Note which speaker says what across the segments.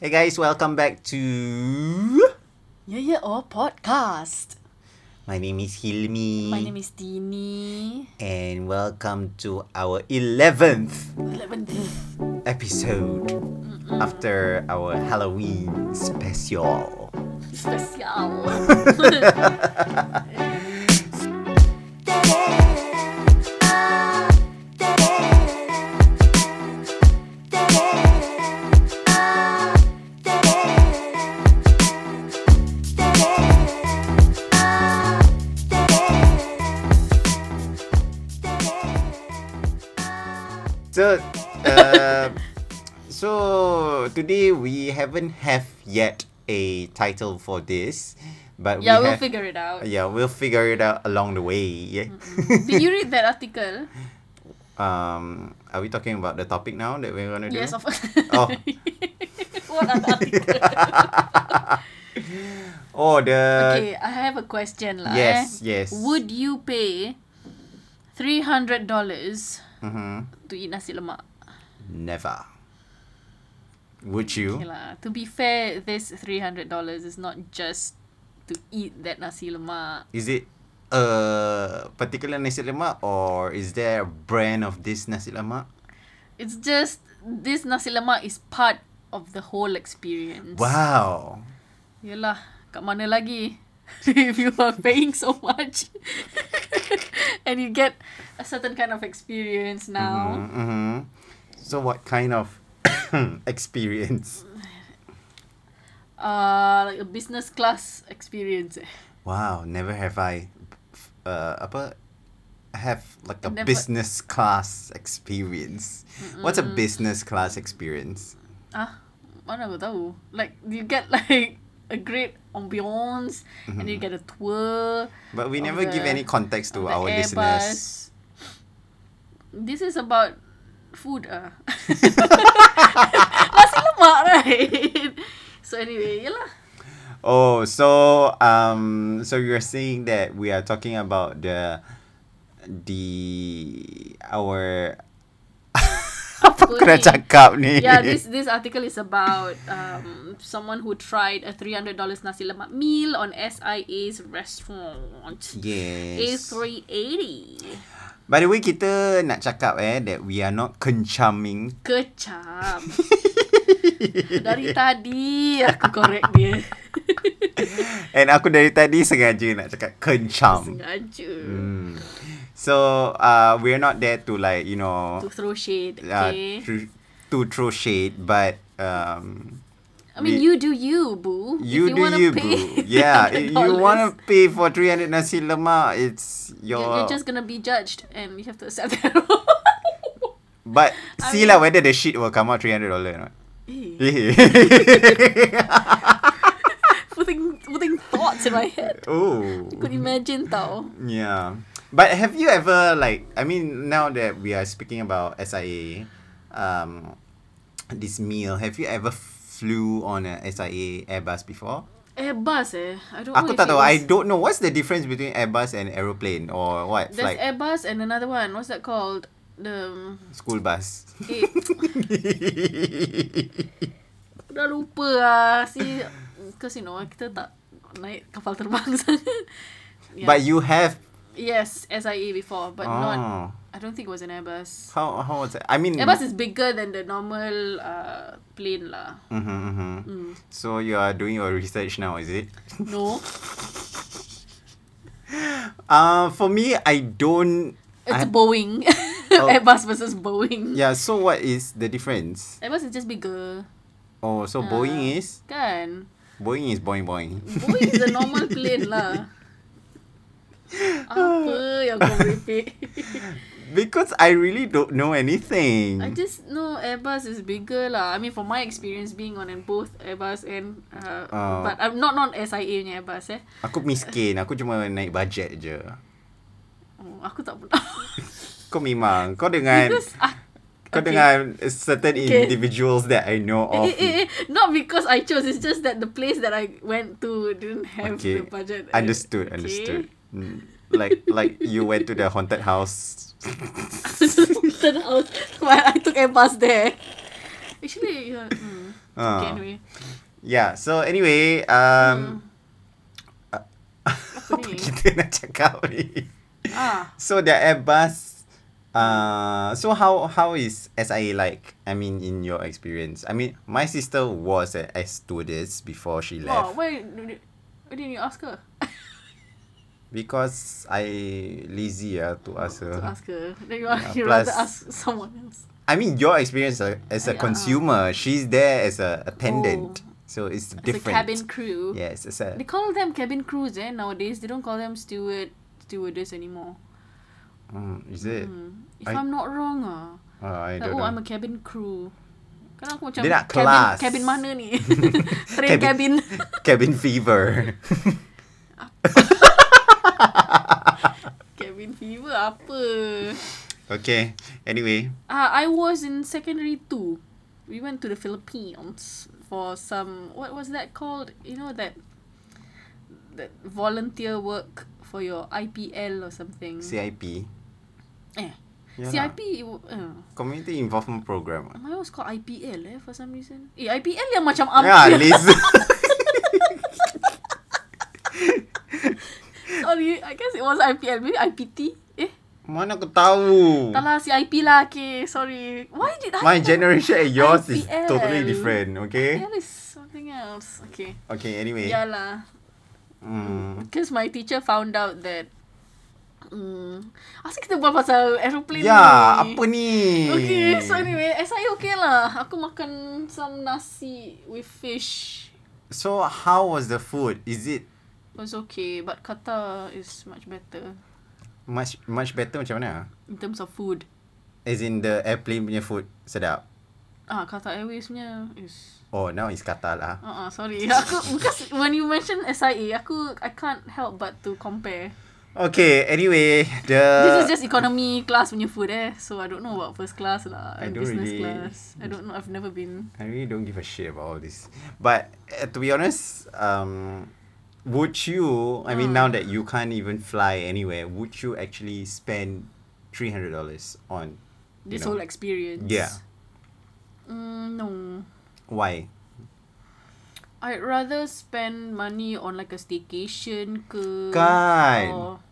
Speaker 1: Hey guys, welcome back to.
Speaker 2: Yeah, yeah, or podcast.
Speaker 1: My name is Hilmi.
Speaker 2: My name is Dini.
Speaker 1: And welcome to our 11th
Speaker 2: 11th.
Speaker 1: episode after our Halloween special.
Speaker 2: Special.
Speaker 1: So, uh, so today we haven't have yet a title for this, but
Speaker 2: yeah,
Speaker 1: we have,
Speaker 2: we'll figure it out.
Speaker 1: yeah we'll figure it out along the way. Yeah.
Speaker 2: Did you read that article?
Speaker 1: um, are we talking about the topic now that we're gonna do?
Speaker 2: Yes, of
Speaker 1: Oh.
Speaker 2: what are the article?
Speaker 1: oh, the
Speaker 2: okay, I have a question. lah.
Speaker 1: yes,
Speaker 2: eh.
Speaker 1: yes.
Speaker 2: Would you pay $300
Speaker 1: Mhm.
Speaker 2: to eat nasi lemak?
Speaker 1: never. Would you?
Speaker 2: Okay lah. To be fair, this three hundred dollars is not just to eat that nasi lemak.
Speaker 1: Is it a particular nasi lemak or is there a brand of this nasi lemak?
Speaker 2: It's just this nasi lemak is part of the whole experience.
Speaker 1: Wow.
Speaker 2: Yelah, kat mana lagi? if you are paying so much and you get a certain kind of experience now.
Speaker 1: Mm-hmm. So what kind of experience?
Speaker 2: Uh like a business class experience. eh.
Speaker 1: Wow, never have I uh apa have like a
Speaker 2: Never-
Speaker 1: business class experience. What's a business class experience?
Speaker 2: Ah, mana aku tahu. Like you get like a great ambience and you get a tour.
Speaker 1: But we
Speaker 2: Of
Speaker 1: never give
Speaker 2: the-
Speaker 1: any context Mm-hmm. to
Speaker 2: of the
Speaker 1: our
Speaker 2: Airbus.
Speaker 1: listeners.
Speaker 2: This is about food ah. Nasi lemak right? So anyway, yelah.
Speaker 1: Oh, so um, so you're saying that we are talking about the the our apa aku nak
Speaker 2: Kuning.
Speaker 1: cakap ni?
Speaker 2: Yeah, this this article is about um someone who tried a $300 nasi lemak meal on SIA's restaurant.
Speaker 1: yes.
Speaker 2: A380.
Speaker 1: By the way, kita nak cakap eh that we are not kencamming.
Speaker 2: Kecam. Dari tadi aku correct dia.
Speaker 1: And aku dari tadi sengaja nak cakap kencam.
Speaker 2: Sengaja.
Speaker 1: Hmm. So, uh, we're not there to like, you know,
Speaker 2: To throw shade,
Speaker 1: uh,
Speaker 2: okay?
Speaker 1: to, to throw shade, but um,
Speaker 2: I mean,
Speaker 1: We-
Speaker 2: you do you, boo. If
Speaker 1: You do
Speaker 2: wanna
Speaker 1: you,
Speaker 2: pay
Speaker 1: boo. Yeah, if you
Speaker 2: $300,
Speaker 1: want to pay for 300 nasi lemak, it's your...
Speaker 2: You're, you're just gonna be judged, and you have to accept that.
Speaker 1: But
Speaker 2: I
Speaker 1: see
Speaker 2: mean-
Speaker 1: lah whether the shit will come out $300 or not.
Speaker 2: Eh,
Speaker 1: Eh.
Speaker 2: putting putting thoughts in my head.
Speaker 1: oh.
Speaker 2: Could imagine tau.
Speaker 1: Yeah. But have you ever, like, I mean, now that we are speaking about SIA, um, this meal, have you ever flew on a SIA Airbus before?
Speaker 2: Airbus eh. I don't
Speaker 1: Aku
Speaker 2: know.
Speaker 1: tak
Speaker 2: if it
Speaker 1: tahu. I
Speaker 2: was-
Speaker 1: don't know. What's the difference between Airbus and aeroplane or what?
Speaker 2: There's
Speaker 1: like
Speaker 2: Airbus and another one. What's that called? The
Speaker 1: school bus.
Speaker 2: eh, dah lupa ah si because you know kita tak naik kapal terbang sangat. Yeah.
Speaker 1: But you have
Speaker 2: yes, SIA before, but not.
Speaker 1: oh.
Speaker 2: I don't think it was an Airbus.
Speaker 1: How how was it? I mean,
Speaker 2: Airbus is bigger than the normal uh, plane lah.
Speaker 1: Mhm, mhm.
Speaker 2: Mm.
Speaker 1: So you are doing your research now, is it?
Speaker 2: No,
Speaker 1: Uh, for me, I don't.
Speaker 2: it's
Speaker 1: I-
Speaker 2: Boeing.
Speaker 1: Oh.
Speaker 2: Airbus versus Boeing.
Speaker 1: yeah. So what is the difference?
Speaker 2: Airbus is just bigger,
Speaker 1: Oh,
Speaker 2: Uh,
Speaker 1: so Boeing is
Speaker 2: kan?
Speaker 1: Boeing is Boeing Boeing.
Speaker 2: Boeing is a normal plane lah. Apa yang kau merepek?
Speaker 1: Because I really don't know anything.
Speaker 2: I just know Airbus is bigger lah. I mean, from my experience being on an both Airbus and uh,
Speaker 1: Oh.
Speaker 2: but I'm not not SIA punya Airbus eh.
Speaker 1: Aku miskin. Aku cuma naik budget je.
Speaker 2: Oh, aku tak pernah.
Speaker 1: Kau memang. Kau dengan.
Speaker 2: Because ah,
Speaker 1: Kan? Kau
Speaker 2: okay.
Speaker 1: dengan certain
Speaker 2: Okay.
Speaker 1: individuals that I know of.
Speaker 2: Eh, eh, eh, not because I chose. It's just that the place that I went to didn't have
Speaker 1: Okay.
Speaker 2: the budget. Uh,
Speaker 1: Understood.
Speaker 2: okay.
Speaker 1: Understood. Mm. Like like you went to the haunted house.
Speaker 2: Turn out, well, I took a bus there. Actually, yeah, mm,
Speaker 1: Uh,
Speaker 2: Can we?
Speaker 1: Yeah. So anyway, um, apa
Speaker 2: Hmm. ni?
Speaker 1: kita nak cakap ni?
Speaker 2: Ah.
Speaker 1: So the Airbus. Uh, so how how is SIA like? I mean, in your experience, I mean, my sister was at S stewardess before she
Speaker 2: Oh,
Speaker 1: left
Speaker 2: why why didn't you ask her?
Speaker 1: because I lazy ah to ask her.
Speaker 2: to ask her. Then you, yeah, you
Speaker 1: plus-
Speaker 2: rather ask someone else.
Speaker 1: I mean, your experience a- as a
Speaker 2: Yeah.
Speaker 1: consumer, she's there as a attendant, so it's
Speaker 2: It's a
Speaker 1: different.
Speaker 2: cabin crew.
Speaker 1: Yes, it's a
Speaker 2: They call them cabin crews eh nowadays. They don't call them steward stewardess anymore.
Speaker 1: Mm, is it?
Speaker 2: Hmm. If I,
Speaker 1: I-
Speaker 2: I'm not wrong ah.
Speaker 1: Oh, I
Speaker 2: Like,
Speaker 1: don't
Speaker 2: oh, I'm
Speaker 1: know.
Speaker 2: a cabin crew. Kan aku macam
Speaker 1: Dia nak
Speaker 2: cabin,
Speaker 1: kelas.
Speaker 2: cabin mana ni? Train cabin.
Speaker 1: Cabin- cabin fever.
Speaker 2: cabin fever apa?
Speaker 1: okay. Anyway,
Speaker 2: Uh, I was in secondary two. We went to the Philippines for some what was that called? You know that that volunteer work for your IPL or something.
Speaker 1: CIP.
Speaker 2: eh,
Speaker 1: Yeah lah.
Speaker 2: CIP. it wa- Uh,
Speaker 1: Community Involvement Program.
Speaker 2: mine was called IPL eh for some reason. Eh IPL yang macam
Speaker 1: Um, yeah,
Speaker 2: umpire.
Speaker 1: lazy.
Speaker 2: Sorry, I guess it was IPL. Maybe IPT. Eh,
Speaker 1: Mana aku tahu?
Speaker 2: tak lah CIP lah. Okay, sorry. Why did I?
Speaker 1: My generation and yours is
Speaker 2: IPL.
Speaker 1: totally different, okay?
Speaker 2: IPL is something else. Okay.
Speaker 1: Okay, anyway.
Speaker 2: Yeah lah.
Speaker 1: Mm.
Speaker 2: Because my teacher found out that mm, Asyik kita buat pasal aeroplane
Speaker 1: Yeah,
Speaker 2: ni
Speaker 1: Ya, apa ni?
Speaker 2: Okay, so anyway SIA okay lah Aku makan some nasi with fish
Speaker 1: So, how was the food? Is it
Speaker 2: It was okay But Qatar is much better
Speaker 1: much much better macam mana?
Speaker 2: In terms of food
Speaker 1: As in the airplane punya food sedap.
Speaker 2: Ah, Qatar Airways punya is
Speaker 1: Oh, now it's Qatar lah.
Speaker 2: Uh-uh, sorry Aku, because when you mention SIA Aku, I can't help but to compare
Speaker 1: Okay, anyway, the
Speaker 2: This is just economy class punya food eh So I don't know about first class lah
Speaker 1: I
Speaker 2: and
Speaker 1: don't
Speaker 2: business
Speaker 1: really-
Speaker 2: class I don't know, I've never been
Speaker 1: I really don't give a shit about all this. But uh, to be honest, um, would you? I mean, now that you can't even fly anywhere, would you actually spend three hundred dollars on? you
Speaker 2: this
Speaker 1: know?
Speaker 2: whole experience.
Speaker 1: Yeah.
Speaker 2: Mm, no.
Speaker 1: Why?
Speaker 2: I'd rather spend money on like a staycation ke
Speaker 1: Kan.
Speaker 2: or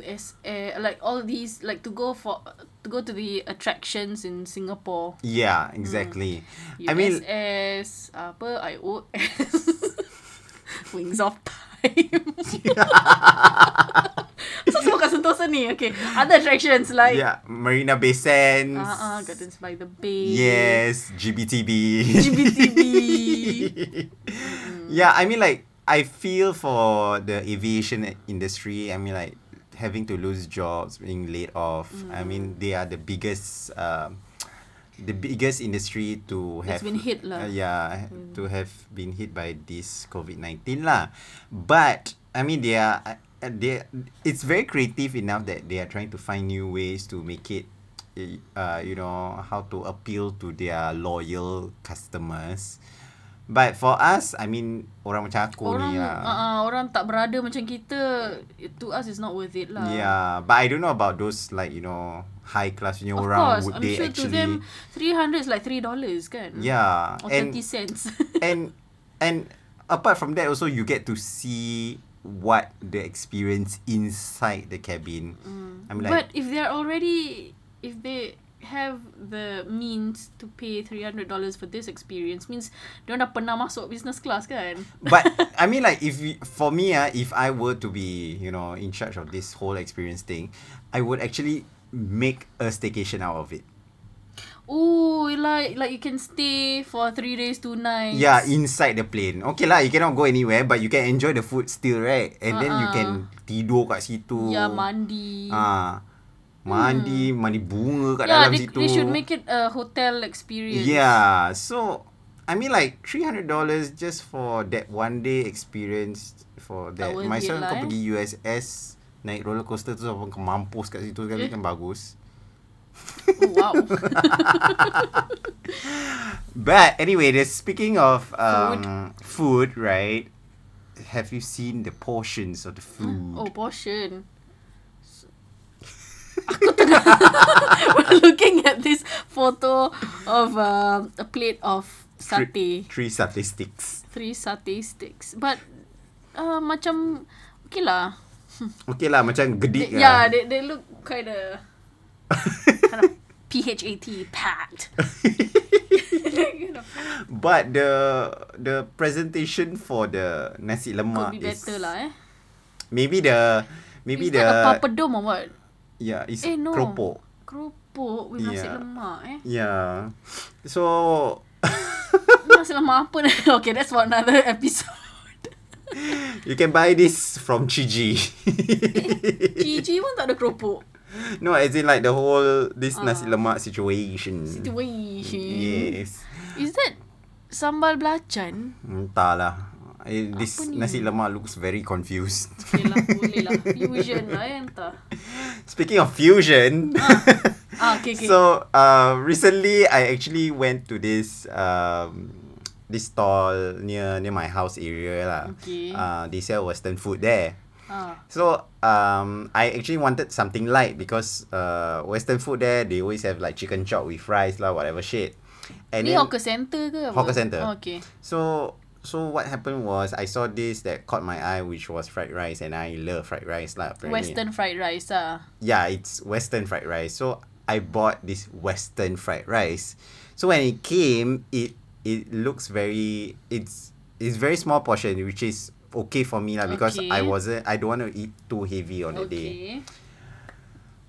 Speaker 2: US air like all these like to go for to go to the attractions in Singapore.
Speaker 1: Yeah, exactly. I mean,
Speaker 2: USS apa IOS Wings of Time. so semua kat Sentosa ni. Okay. Other attractions like
Speaker 1: yeah, Marina Bay Sands.
Speaker 2: Uh-uh, Gardens by the Bay.
Speaker 1: Yes, GBTB.
Speaker 2: GBTB.
Speaker 1: yeah, I mean like I feel for the aviation industry. I mean like having to lose jobs, being laid off.
Speaker 2: Mm.
Speaker 1: I mean they are the biggest, um, the biggest industry to have
Speaker 2: It's been hit lah.
Speaker 1: Uh, yeah, to
Speaker 2: Mm.
Speaker 1: have been hit by this COVID nineteen lah. But I mean they are uh, they it's very creative enough that they are trying to find new ways to make it uh, you know how to appeal to their loyal customers. But for us, I mean orang macam aku
Speaker 2: orang
Speaker 1: ni
Speaker 2: uh,
Speaker 1: lah.
Speaker 2: uh, orang tak berada macam kita it- to us is not worth it lah.
Speaker 1: Yeah, but I don't know about those like you know high class punya
Speaker 2: Of
Speaker 1: orang
Speaker 2: course,
Speaker 1: would
Speaker 2: I'm
Speaker 1: they
Speaker 2: sure to
Speaker 1: actually
Speaker 2: them Mm. 300 is like 3 dollars kan.
Speaker 1: Yeah,
Speaker 2: Or
Speaker 1: and
Speaker 2: 30 cents.
Speaker 1: and and apart from that also you get to see what the experience inside the cabin i'm like
Speaker 2: but if they're already if they have the means to pay 300 dollars for this experience means dia dah pernah masuk business class kan.
Speaker 1: but, i mean like if you- for me ah, if i were to be you know in charge of this whole experience thing i would actually make a staycation out of it
Speaker 2: Oh, like like you can stay for 3 days 2 nights.
Speaker 1: yeah inside the plane okay lah you cannot go anywhere but you can enjoy the food still right and then you
Speaker 2: Uh-uh.
Speaker 1: can tidur kat situ
Speaker 2: yeah, Ya, mandi.
Speaker 1: ah mandi mandi bunga kat dalam
Speaker 2: yeah, Ya, they,
Speaker 1: situ Ya,
Speaker 2: they should make it a hotel experience.
Speaker 1: Yeah, so I mean like three hundred dollars just for that one day experience for that.
Speaker 2: Tak worth
Speaker 1: My
Speaker 2: it
Speaker 1: son
Speaker 2: lah,
Speaker 1: kau
Speaker 2: eh.
Speaker 1: pergi USS naik roller coaster tu sampai kau mampus kat situ sekali
Speaker 2: Eh.
Speaker 1: kan bagus.
Speaker 2: Oh, wow.
Speaker 1: But anyway, the speaking of
Speaker 2: Food.
Speaker 1: um, food. right? Have you seen the portions of the food?
Speaker 2: Oh, portion. Aku tengah we're looking at this photo of um, uh, a plate of satay.
Speaker 1: Three satay sticks.
Speaker 2: Three satay sticks. But uh, macam okay lah.
Speaker 1: Okay lah, macam gedik lah.
Speaker 2: They, yeah, they, they look kind of kind of PHAT packed. kind of
Speaker 1: But the the presentation for the nasi lemak
Speaker 2: could be
Speaker 1: is
Speaker 2: better lah eh.
Speaker 1: maybe the maybe
Speaker 2: is
Speaker 1: the
Speaker 2: that a papadom or what?
Speaker 1: yeah it's
Speaker 2: Eh, no.
Speaker 1: keropok.
Speaker 2: Keropok with nasi
Speaker 1: Yeah.
Speaker 2: lemak eh.
Speaker 1: Yeah. So
Speaker 2: Nasi lemak apa ni? Okay, that's for another episode.
Speaker 1: you can buy this from Chiji.
Speaker 2: Gigi pun tak ada keropok.
Speaker 1: no, as in like the whole this nasi
Speaker 2: Ah.
Speaker 1: lemak situation.
Speaker 2: Situation.
Speaker 1: Yes.
Speaker 2: Is that sambal belacan?
Speaker 1: Entahlah. Eh, This
Speaker 2: ni?
Speaker 1: nasi lemak looks very confused.
Speaker 2: Okay lah, boleh lah. Fusion lah eh, entah.
Speaker 1: Speaking of fusion,
Speaker 2: Ah, okay, okay.
Speaker 1: so uh, recently I actually went to this um, this stall near near my house area lah.
Speaker 2: Okay.
Speaker 1: Uh, they sell Western food there.
Speaker 2: Ah,
Speaker 1: So um, I actually wanted something light because uh, Western food there they always have like chicken chop with rice lah, whatever shit. And
Speaker 2: ni
Speaker 1: then-
Speaker 2: hawker centre ke apa?
Speaker 1: Hawker centre.
Speaker 2: Oh, okay.
Speaker 1: So so what happened was I saw this that caught my eye, which was fried rice, and I love fried rice lah. Apparently.
Speaker 2: Western fried rice ah.
Speaker 1: Yeah, it's Western fried rice. So I bought this Western fried rice. So when it came, it it looks very it's it's very small portion, which is okay for me lah because I
Speaker 2: Okay.
Speaker 1: wasn't I don't want to eat too heavy on the day.
Speaker 2: Okay.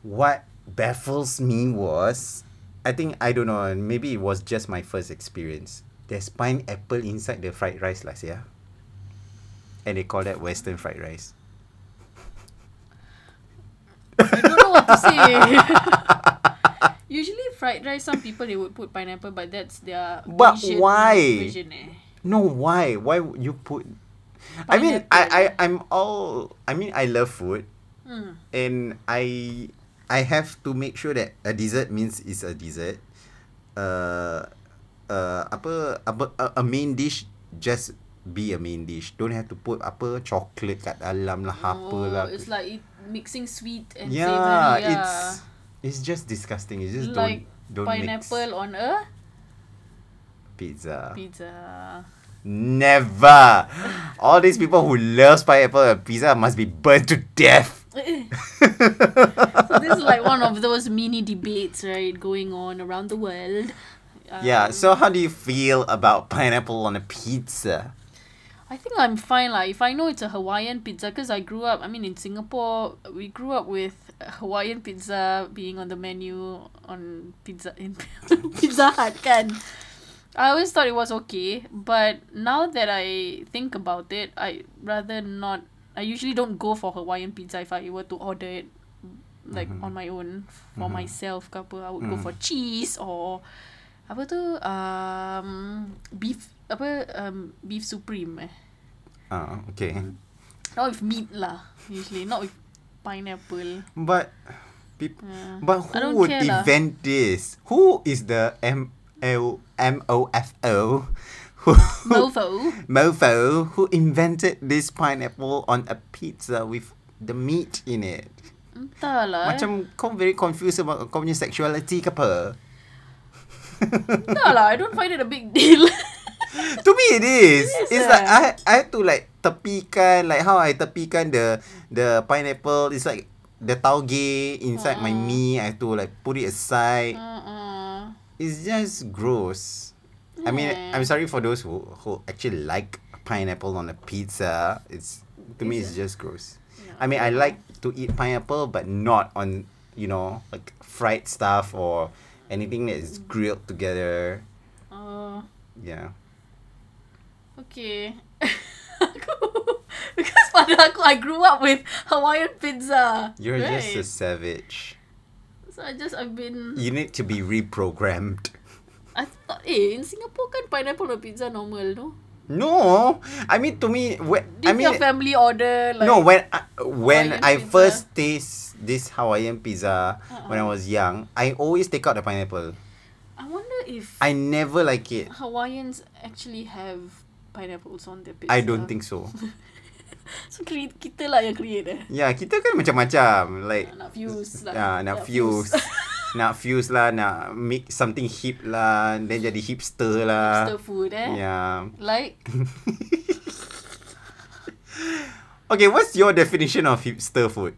Speaker 1: what baffles me was I think I don't know maybe it was just my first experience. There's pineapple inside the fried rice last year. And they call that western fried rice.
Speaker 2: I don't know what to say. Usually fried rice, some people they would put pineapple, but that's their
Speaker 1: But
Speaker 2: Asian
Speaker 1: why?
Speaker 2: version eh.
Speaker 1: No, why? Why would you put I mean I,
Speaker 2: Pineapple.
Speaker 1: I I'm all I mean I love food
Speaker 2: Hmm.
Speaker 1: and I I have to make sure that a dessert means it's a dessert. Uh, uh, apa, apa a, a main dish just be a main dish. Don't have to put apa chocolate kat dalam lah, apa
Speaker 2: oh,
Speaker 1: lah.
Speaker 2: It's like it, mixing sweet and
Speaker 1: yeah,
Speaker 2: savory. Yeah,
Speaker 1: it's it's just disgusting. It's just
Speaker 2: like
Speaker 1: don't don't
Speaker 2: pineapple on
Speaker 1: mix
Speaker 2: a
Speaker 1: pizza.
Speaker 2: pizza.
Speaker 1: Never. All these people who loves pineapple and pizza must be burnt to death.
Speaker 2: Eh, So this is like one of those mini debates, right, going on around the world. Um,
Speaker 1: Yeah, so how do you feel about pineapple on a pizza?
Speaker 2: I think I'm fine like if I know it's a Hawaiian pizza because I grew up I mean in Singapore we grew up with Hawaiian pizza being on the menu on pizza in Pizza Hut kan I always thought it was okay but now that I think about it I rather not I usually don't go for Hawaiian pizza if I were to order it like on my own for myself ke apa I would go for cheese or apa tu um beef apa um beef supreme eh
Speaker 1: Oh, okay.
Speaker 2: not with meat lah usually not with pineapple
Speaker 1: But people,
Speaker 2: Yeah.
Speaker 1: but who
Speaker 2: I don't
Speaker 1: would
Speaker 2: care lah.
Speaker 1: invent this? Who is the M O M O F O? Who
Speaker 2: mofo
Speaker 1: mofo who invented this pineapple on a pizza with the meat in it?
Speaker 2: entahlah eh.
Speaker 1: Macam kau very confused about kau punya sexuality ke apa?
Speaker 2: entahlah I don't find it a big deal
Speaker 1: to me it is.
Speaker 2: It is,
Speaker 1: it's like
Speaker 2: eh.
Speaker 1: I I have to like tepikan like how I tepikan the the pineapple. It's like the tauge inside my meat. I have to like put it aside.
Speaker 2: uh-uh.
Speaker 1: It's just gross. I mean,
Speaker 2: Yeah.
Speaker 1: I'm sorry for those who who actually like pineapple on a pizza. It's to me, it's just gross. I mean, I like to eat pineapple, but not on you know like fried stuff or anything that
Speaker 2: Mm.
Speaker 1: is grilled together.
Speaker 2: uh,
Speaker 1: Yeah.
Speaker 2: okay Aku- because pada aku I grew up with Hawaiian pizza
Speaker 1: You're
Speaker 2: right?
Speaker 1: just a savage.
Speaker 2: so I just I've been
Speaker 1: You need to be reprogrammed.
Speaker 2: I thought eh in Singapore kan pineapple on pizza normal no
Speaker 1: No, I mean to me, when, I
Speaker 2: did
Speaker 1: mean,
Speaker 2: your family order like
Speaker 1: no, when I, when
Speaker 2: Hawaiian
Speaker 1: I
Speaker 2: pizza? Uh-uh.
Speaker 1: first taste this Hawaiian pizza when I was young, I always take out the pineapple.
Speaker 2: I wonder if
Speaker 1: I never like it.
Speaker 2: Hawaiians actually have pineapples on their pizza.
Speaker 1: I don't think so.
Speaker 2: So create, kita lah yang create eh.
Speaker 1: Yeah, kita kan macam-macam like
Speaker 2: Nak fuse lah.
Speaker 1: ah, nak fuse. nak fuse lah, nak make something hip lah, then jadi hipster lah.
Speaker 2: Hipster food eh.
Speaker 1: Yeah.
Speaker 2: Like
Speaker 1: Okay, what's your definition of hipster food?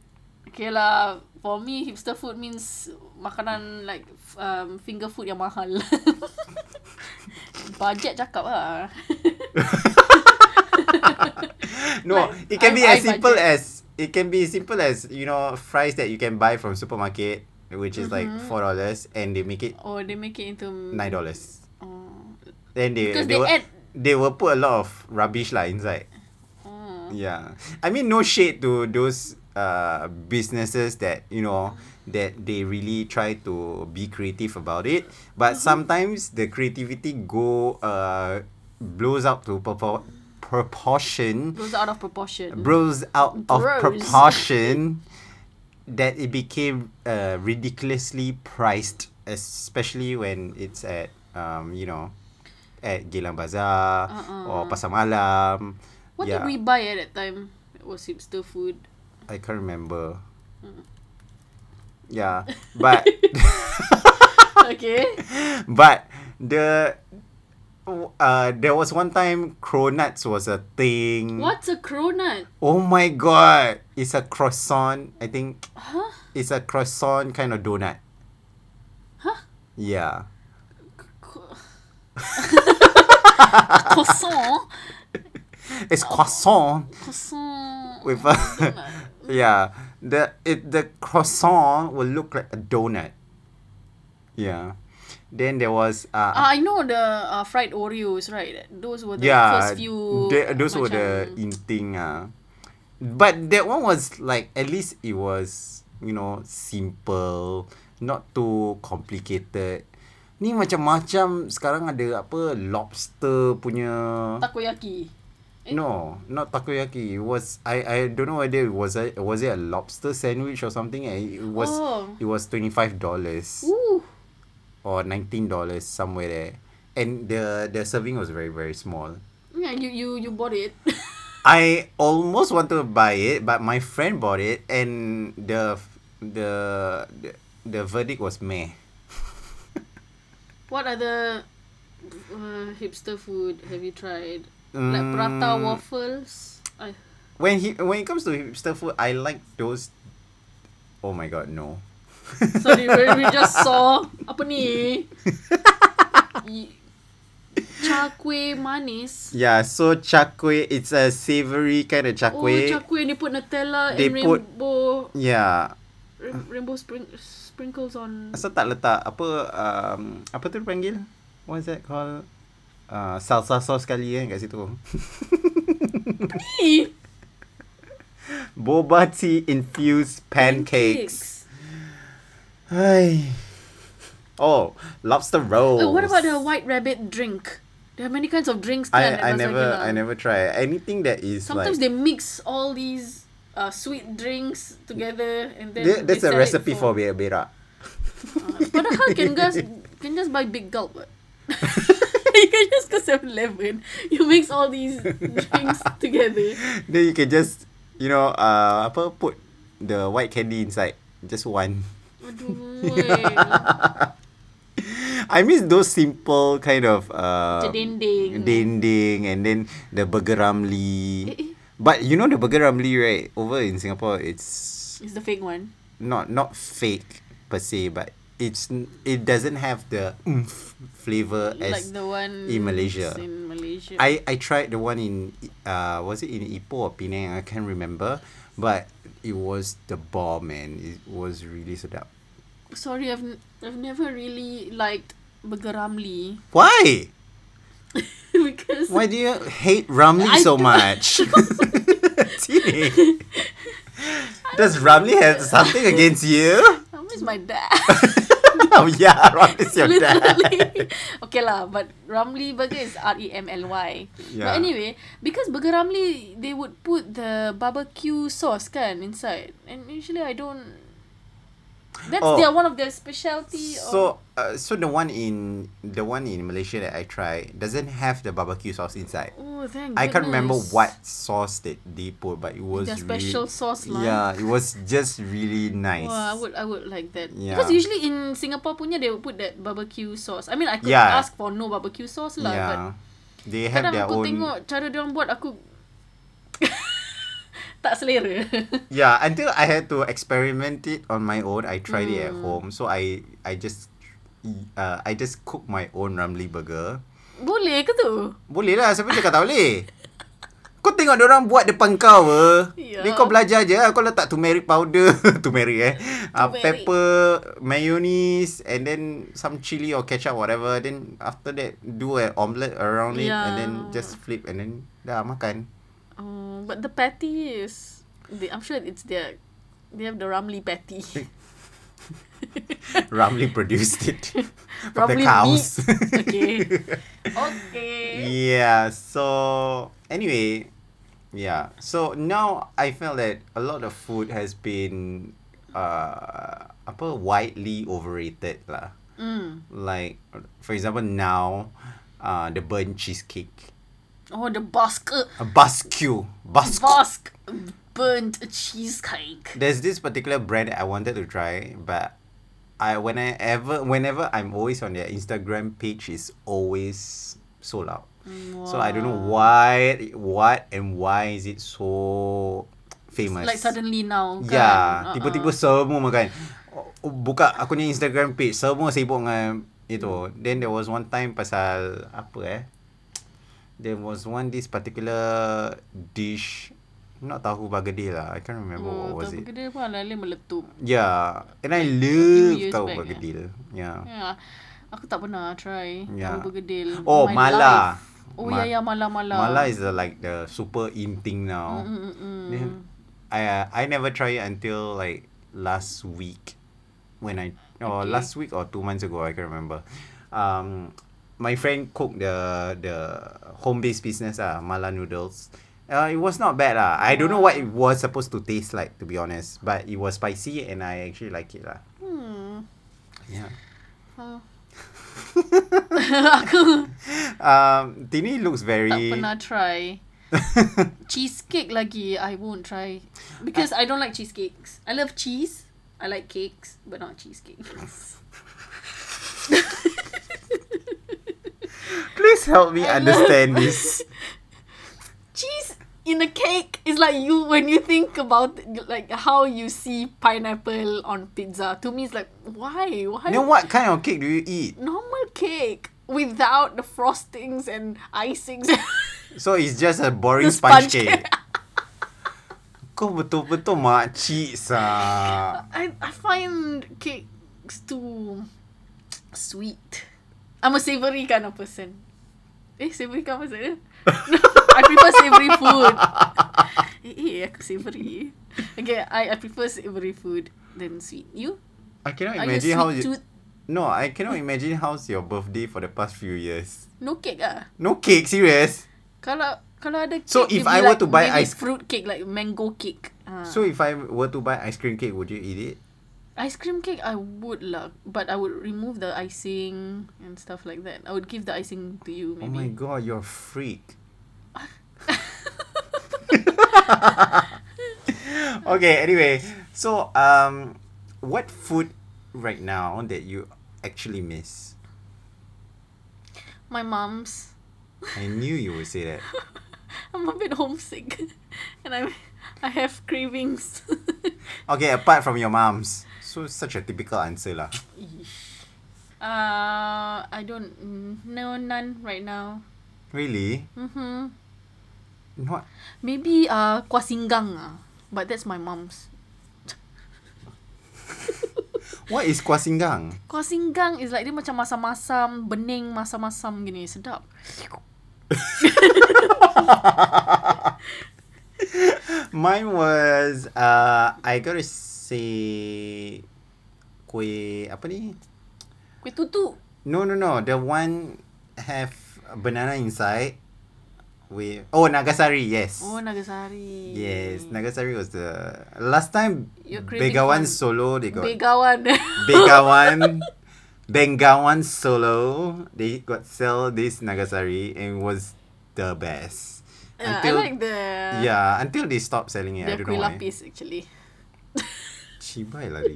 Speaker 2: Okay lah For me hipster food means Makanan like f- um, Finger food yang mahal Budget cakap lah
Speaker 1: No, it
Speaker 2: Like,
Speaker 1: can
Speaker 2: I-
Speaker 1: be as
Speaker 2: I
Speaker 1: simple as
Speaker 2: budget.
Speaker 1: it can be as simple as you know fries that you can buy from supermarket, which is like
Speaker 2: Mm-hmm.
Speaker 1: four dollars, and they make it
Speaker 2: Or Oh, they make it into
Speaker 1: nine dollars.
Speaker 2: Oh,
Speaker 1: Then they
Speaker 2: Because
Speaker 1: they,
Speaker 2: they
Speaker 1: will,
Speaker 2: add-
Speaker 1: they will put a lot of rubbish lah inside.
Speaker 2: oh.
Speaker 1: Yeah, I mean no shade to those uh businesses that you know that they really try to be creative about it, but
Speaker 2: Mm-hmm.
Speaker 1: sometimes the creativity go uh blows up to purpo- proportion,
Speaker 2: Those are out of proportion
Speaker 1: blows out of
Speaker 2: Bros.
Speaker 1: proportion, that it became uh ridiculously priced, especially when it's at um you know at Geylang Bazaar or Pasar Malam.
Speaker 2: Uh-uh. What
Speaker 1: yeah.
Speaker 2: did we buy at that time? It was hipster food
Speaker 1: I can't remember. Yeah, but
Speaker 2: Okay
Speaker 1: but the uh there was one time cronuts was a thing.
Speaker 2: What's a cronut?
Speaker 1: Oh my god! It's a croissant. I think
Speaker 2: Huh?
Speaker 1: it's a croissant kind of donut.
Speaker 2: Huh?
Speaker 1: Yeah.
Speaker 2: Co- Croissant
Speaker 1: It's
Speaker 2: Oh.
Speaker 1: croissant
Speaker 2: Croissant
Speaker 1: with a yeah. The it the croissant will look like a donut. Yeah. Then there was uh,
Speaker 2: Ah, I know the uh, fried Oreos, right? Those were the first few.
Speaker 1: the- those were the
Speaker 2: macam-
Speaker 1: in thing ah. But that one was like at least it was you know simple, not too complicated. Ni macam-macam sekarang ada apa lobster punya.
Speaker 2: takoyaki. eh?
Speaker 1: No, not takoyaki. It was I I don't know whether it was a, was it a lobster sandwich or something. Eh, It was
Speaker 2: Oh.
Speaker 1: it was twenty five dollars
Speaker 2: Ooh,
Speaker 1: or nineteen dollars somewhere there, and the the serving was very very small.
Speaker 2: yeah, you you you bought it.
Speaker 1: I almost want to buy it, but my friend bought it, and the the the, the verdict was meh.
Speaker 2: what other uh, hipster food have you tried? Like prata
Speaker 1: Mm.
Speaker 2: waffles. I,
Speaker 1: When he when it comes to hipster food, I like those. Oh my god, no!
Speaker 2: sorry, we, we just saw apa ni? Y- Char kuih manis.
Speaker 1: Yeah, so char kueh, it's a savory kind of char
Speaker 2: Oh,
Speaker 1: kueh.
Speaker 2: char kuih they put Nutella
Speaker 1: eh. They
Speaker 2: and
Speaker 1: put-
Speaker 2: rainbow
Speaker 1: yeah,
Speaker 2: rain- rainbow spring, sprinkles on.
Speaker 1: Ya, asal tak letak apa um, apa tu panggil? What's that called? Uh, salsa sauce kali kan kat situ.
Speaker 2: Eh,
Speaker 1: Boba tea infused pancakes. Hi. Oh, lobster rolls.
Speaker 2: Oh, what about the white rabbit drink? There are many kinds of drinks. kan,
Speaker 1: I, I
Speaker 2: at Pasar
Speaker 1: never I
Speaker 2: Geylang.
Speaker 1: never try anything that is
Speaker 2: Sometimes
Speaker 1: like
Speaker 2: they mix all these uh, sweet drinks together and then.
Speaker 1: there,
Speaker 2: they
Speaker 1: that's a
Speaker 2: sell it
Speaker 1: recipe for beer berak.
Speaker 2: Uh, padahal can just can just buy big gulp. what. you can just go 7-Eleven. You mix all these drinks together.
Speaker 1: Then you can just you know uh apa put the white candy inside just one.
Speaker 2: Aduh, weh.
Speaker 1: I miss those simple kind of uh
Speaker 2: Macam dendeng.
Speaker 1: dendeng and then the burger ramly.
Speaker 2: Eh, eh.
Speaker 1: But you know the burger ramly right over in Singapore it's
Speaker 2: It's the fake one.
Speaker 1: not not fake per se, but it's n- it doesn't have the oomph flavor
Speaker 2: like
Speaker 1: as
Speaker 2: the one
Speaker 1: in Malaysia.
Speaker 2: In Malaysia.
Speaker 1: I I tried the one in uh was it in Ipoh or Penang? I can't remember, but it was the bomb man. It was really sedap.
Speaker 2: Sorry, I've n- I've never really liked burger ramly
Speaker 1: Why?
Speaker 2: because
Speaker 1: Why do you hate Ramly
Speaker 2: I
Speaker 1: so
Speaker 2: don't-
Speaker 1: much? Tini, Does Ramly have something against you?
Speaker 2: I miss my dad.
Speaker 1: oh yeah, Ramly's your dad.
Speaker 2: Literally. okay lah, but Ramly Burger is R E M L Y.
Speaker 1: Yeah.
Speaker 2: But anyway, because Burger Ramly, they would put the barbecue sauce kan inside, and usually I don't. That's
Speaker 1: Oh.
Speaker 2: their one of their specialty. or...
Speaker 1: So, uh, so the one in the one in Malaysia that I tried doesn't have the barbecue sauce inside.
Speaker 2: oh, thank
Speaker 1: I can't remember
Speaker 2: goodness.
Speaker 1: what sauce did they put, but it was
Speaker 2: Their
Speaker 1: really-
Speaker 2: special sauce lah.
Speaker 1: Yeah, it was just really nice.
Speaker 2: Wow, I would I would like that.
Speaker 1: Yeah.
Speaker 2: Because usually in Singapore punya they would put that barbecue sauce. I mean I could
Speaker 1: Yeah.
Speaker 2: ask for no barbecue sauce lah
Speaker 1: yeah,
Speaker 2: but
Speaker 1: they have
Speaker 2: kadang
Speaker 1: their
Speaker 2: aku
Speaker 1: own.
Speaker 2: tengok cara dia orang buat aku tak selera.
Speaker 1: Yeah, until I had to experiment it on my own. I tried it
Speaker 2: Hmm.
Speaker 1: at home, so I I just uh, I just cook my own ramly burger.
Speaker 2: Boleh ke tu?
Speaker 1: Boleh lah, siapa cakap tak boleh? Kau tengok orang buat depan kau apa.
Speaker 2: Ya.
Speaker 1: Ni kau belajar je. lah, Kau letak turmeric powder. turmeric eh. Uh,
Speaker 2: Turmeric.
Speaker 1: pepper, mayonnaise and then some chili or ketchup whatever. Then after that do an omelette around it and
Speaker 2: Ya.
Speaker 1: then just flip and then dah makan.
Speaker 2: Oh, but the patty is they, I'm sure it's their they have the ramly patty.
Speaker 1: Ramli produced it. From the
Speaker 2: Ramly
Speaker 1: cows.
Speaker 2: meat. Okay. okay.
Speaker 1: yeah, so anyway, yeah. So now I felt that a lot of food has been uh apa widely overrated lah.
Speaker 2: Mm.
Speaker 1: Like for example now uh the burnt cheesecake.
Speaker 2: Oh, the Basque
Speaker 1: A basque. Basque.
Speaker 2: Basque burnt cheesecake.
Speaker 1: There's this particular brand that I wanted to try, but I when I ever whenever I'm always on their Instagram page is always sold out. So I don't know why, what and why is it so famous?
Speaker 2: Like suddenly now. Kan?
Speaker 1: yeah,
Speaker 2: Uh-uh.
Speaker 1: tiba-tiba semua makan. O- Buka aku ni Instagram page, semua sibuk dengan itu. Then there was one time pasal apa eh? There was one this particular dish, not tahu bagedil lah. I can't remember
Speaker 2: Oh,
Speaker 1: what was
Speaker 2: tahu
Speaker 1: it.
Speaker 2: Kedai pun alih-alih meletup.
Speaker 1: Yeah, and I
Speaker 2: few
Speaker 1: love
Speaker 2: years
Speaker 1: tahu
Speaker 2: back, eh?
Speaker 1: bagedil. Yeah.
Speaker 2: Ya. Aku tak pernah try.
Speaker 1: Ya.
Speaker 2: Tahu bergedil.
Speaker 1: Oh,
Speaker 2: My
Speaker 1: mala.
Speaker 2: life. Oh,
Speaker 1: Ma-
Speaker 2: ya, ya, mala, mala.
Speaker 1: Mala is the, like the super in thing now.
Speaker 2: Mm, mm, mm,
Speaker 1: Then
Speaker 2: mm.
Speaker 1: I uh, I never try it until like last week when I or
Speaker 2: Okay.
Speaker 1: last week or two months ago I can remember. Um, my friend cooked the the home based business ah mala noodles. Uh, it was not bad lah. I don't know what it was supposed to taste like to be honest, but it was spicy and I actually like it uh. lah.
Speaker 2: Hmm.
Speaker 1: Yeah.
Speaker 2: Huh. Aku
Speaker 1: Um, Tini looks very.
Speaker 2: tak pernah try. cheesecake lagi, I won't try. Because I don't like cheesecakes. I love cheese. I like cakes, but not cheesecakes.
Speaker 1: Please help me
Speaker 2: I love-
Speaker 1: understand this.
Speaker 2: cheese in a cake is like you when you think about like how you see pineapple on pizza. To me, it's like why? Why?
Speaker 1: Then what kind of cake do you eat?
Speaker 2: Normal cake without the frostings and icings.
Speaker 1: So it's just a boring
Speaker 2: The
Speaker 1: sponge,
Speaker 2: sponge
Speaker 1: cake. Kau betul-betul makcik sah.
Speaker 2: I I find cakes too sweet. I'm a savory kind of person. Eh, savory kind of person? No, I prefer savory food. Eh, eh, aku savory. Okay, I, I prefer savory food than sweet. You?
Speaker 1: I cannot
Speaker 2: Are
Speaker 1: imagine
Speaker 2: you
Speaker 1: Eh,
Speaker 2: a
Speaker 1: how
Speaker 2: sweet
Speaker 1: you...
Speaker 2: tooth?
Speaker 1: No, I cannot imagine how's your birthday for the past few years.
Speaker 2: No cake ah.
Speaker 1: No cake, serious.
Speaker 2: Kalau kalau ada cake,
Speaker 1: So, if
Speaker 2: it'd be
Speaker 1: I were
Speaker 2: like,
Speaker 1: to buy
Speaker 2: maybe
Speaker 1: ice-
Speaker 2: fruit cake like mango cake. Ah.
Speaker 1: So if I were to buy ice cream cake, would you eat it?
Speaker 2: Ice cream cake, I would love, but I would remove the icing and stuff like that. I would give the icing to you,
Speaker 1: Oh my
Speaker 2: maybe.
Speaker 1: god, you're a freak. okay, anyway. So, um, what food right now that you actually miss?
Speaker 2: My, mom's.
Speaker 1: I knew you would say that.
Speaker 2: I'm a bit homesick, and I, I have cravings.
Speaker 1: Okay, apart from your mom's. So, such a typical answer lah.
Speaker 2: Yeesh. uh, I don't know none right now.
Speaker 1: Really?
Speaker 2: Mm-hmm.
Speaker 1: Not
Speaker 2: Maybe uh kuah singgang ah, but that's my mom's.
Speaker 1: What is kuah singgang?
Speaker 2: Kuah singgang is like dia macam masam-masam, bening masam-masam gini, sedap.
Speaker 1: Mine was uh I gotta say kuih apa ni?
Speaker 2: Kuih tutu.
Speaker 1: No no no, the one have banana inside with oh Nagasari, yes.
Speaker 2: Oh, Nagasari.
Speaker 1: Yes, Nagasari was the last time
Speaker 2: You're craving
Speaker 1: Begawan
Speaker 2: for
Speaker 1: solo they got
Speaker 2: Begawan.
Speaker 1: Begawan Bengawan solo they got sell this Nagasari and it was the best.
Speaker 2: Yeah, I
Speaker 1: Until-
Speaker 2: like the
Speaker 1: yeah, until they stopped selling it, I
Speaker 2: the
Speaker 1: don't
Speaker 2: kuih
Speaker 1: know why.
Speaker 2: lapis actually.
Speaker 1: Cibai lari.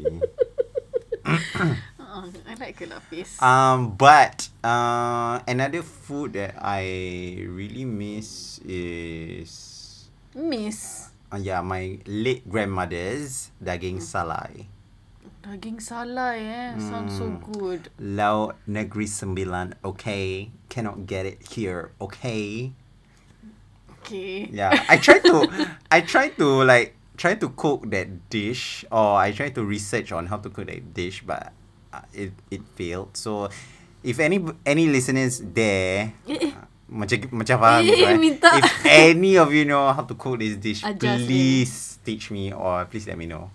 Speaker 2: Uh, I like kuih lapis.
Speaker 1: Um, but uh, another food that I really miss is
Speaker 2: Miss
Speaker 1: uh, yeah my late grandmother's daging salai
Speaker 2: daging salai eh sounds so
Speaker 1: Hmm.
Speaker 2: good.
Speaker 1: laut negeri sembilan. Okay, cannot get it here. Okay.
Speaker 2: Okay.
Speaker 1: Yeah, I tried to, I tried to like try to cook that dish, or I tried to research on how to cook that dish, but uh, it it failed. So, if any any listeners there,
Speaker 2: Eh, eh.
Speaker 1: macam macam faham
Speaker 2: Eh,
Speaker 1: right?
Speaker 2: minta.
Speaker 1: if any of you know how to cook this dish,
Speaker 2: Ajar sini.
Speaker 1: please teach me or please let me know.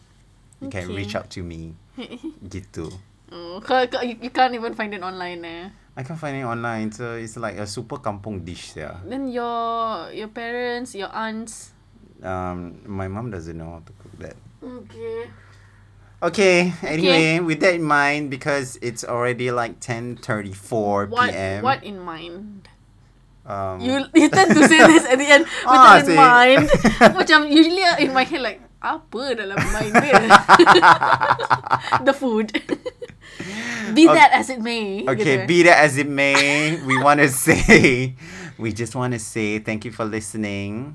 Speaker 1: You can
Speaker 2: Okay.
Speaker 1: reach out to me.
Speaker 2: eh,
Speaker 1: Gitu.
Speaker 2: Oh, kau, kau, you, you can't even find it online eh.
Speaker 1: I can find it online, so it's like a super kampung dish, yeah.
Speaker 2: Then your your parents, your aunts.
Speaker 1: Um, my mom doesn't know how to cook that.
Speaker 2: Okay.
Speaker 1: Okay. Anyway, with that in mind, because it's already like ten thirty four
Speaker 2: What
Speaker 1: p.m.
Speaker 2: what in mind?
Speaker 1: Um,
Speaker 2: You you tend to say this at the end with
Speaker 1: Ah,
Speaker 2: that in
Speaker 1: seh.
Speaker 2: mind. Macam usually uh, in my head like apa dalam mind dia? The food. be
Speaker 1: Okay.
Speaker 2: that as it may.
Speaker 1: Okay,
Speaker 2: gitu.
Speaker 1: be that as it may, we want to say, we just want to say thank you for listening.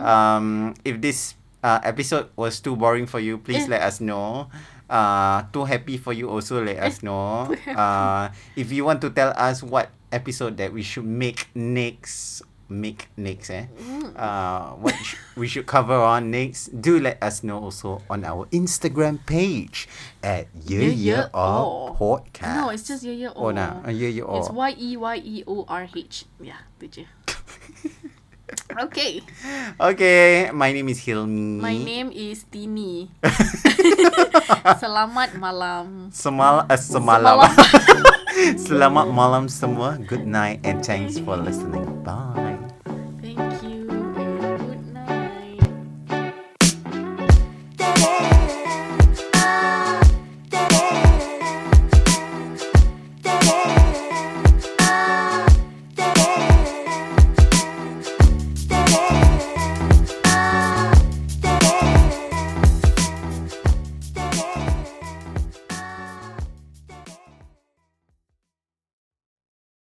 Speaker 1: Um, if this uh, episode was too boring for you, please
Speaker 2: Eh.
Speaker 1: let us know. Uh, too happy for you also let
Speaker 2: Eh,
Speaker 1: us know. Uh, if you want to tell us what episode that we should make next, make next eh.
Speaker 2: Mm.
Speaker 1: Uh, what sh- we should cover on next, do let us know also on our Instagram page at yeah yeah
Speaker 2: Yeah, Yeah
Speaker 1: or
Speaker 2: Or.
Speaker 1: podcast.
Speaker 2: Oh. No, it's just yeah yeah
Speaker 1: Oh,
Speaker 2: or.
Speaker 1: nah. Uh, yeah, yeah,
Speaker 2: It's
Speaker 1: or.
Speaker 2: Y E Y E O R H. Yeah, tu je. okay.
Speaker 1: Okay, my name is Hilmi.
Speaker 2: My name is Tini. Selamat malam.
Speaker 1: Semal uh, semalam.
Speaker 2: Semalam.
Speaker 1: Selamat malam semua. Good night and thanks for listening. Bye.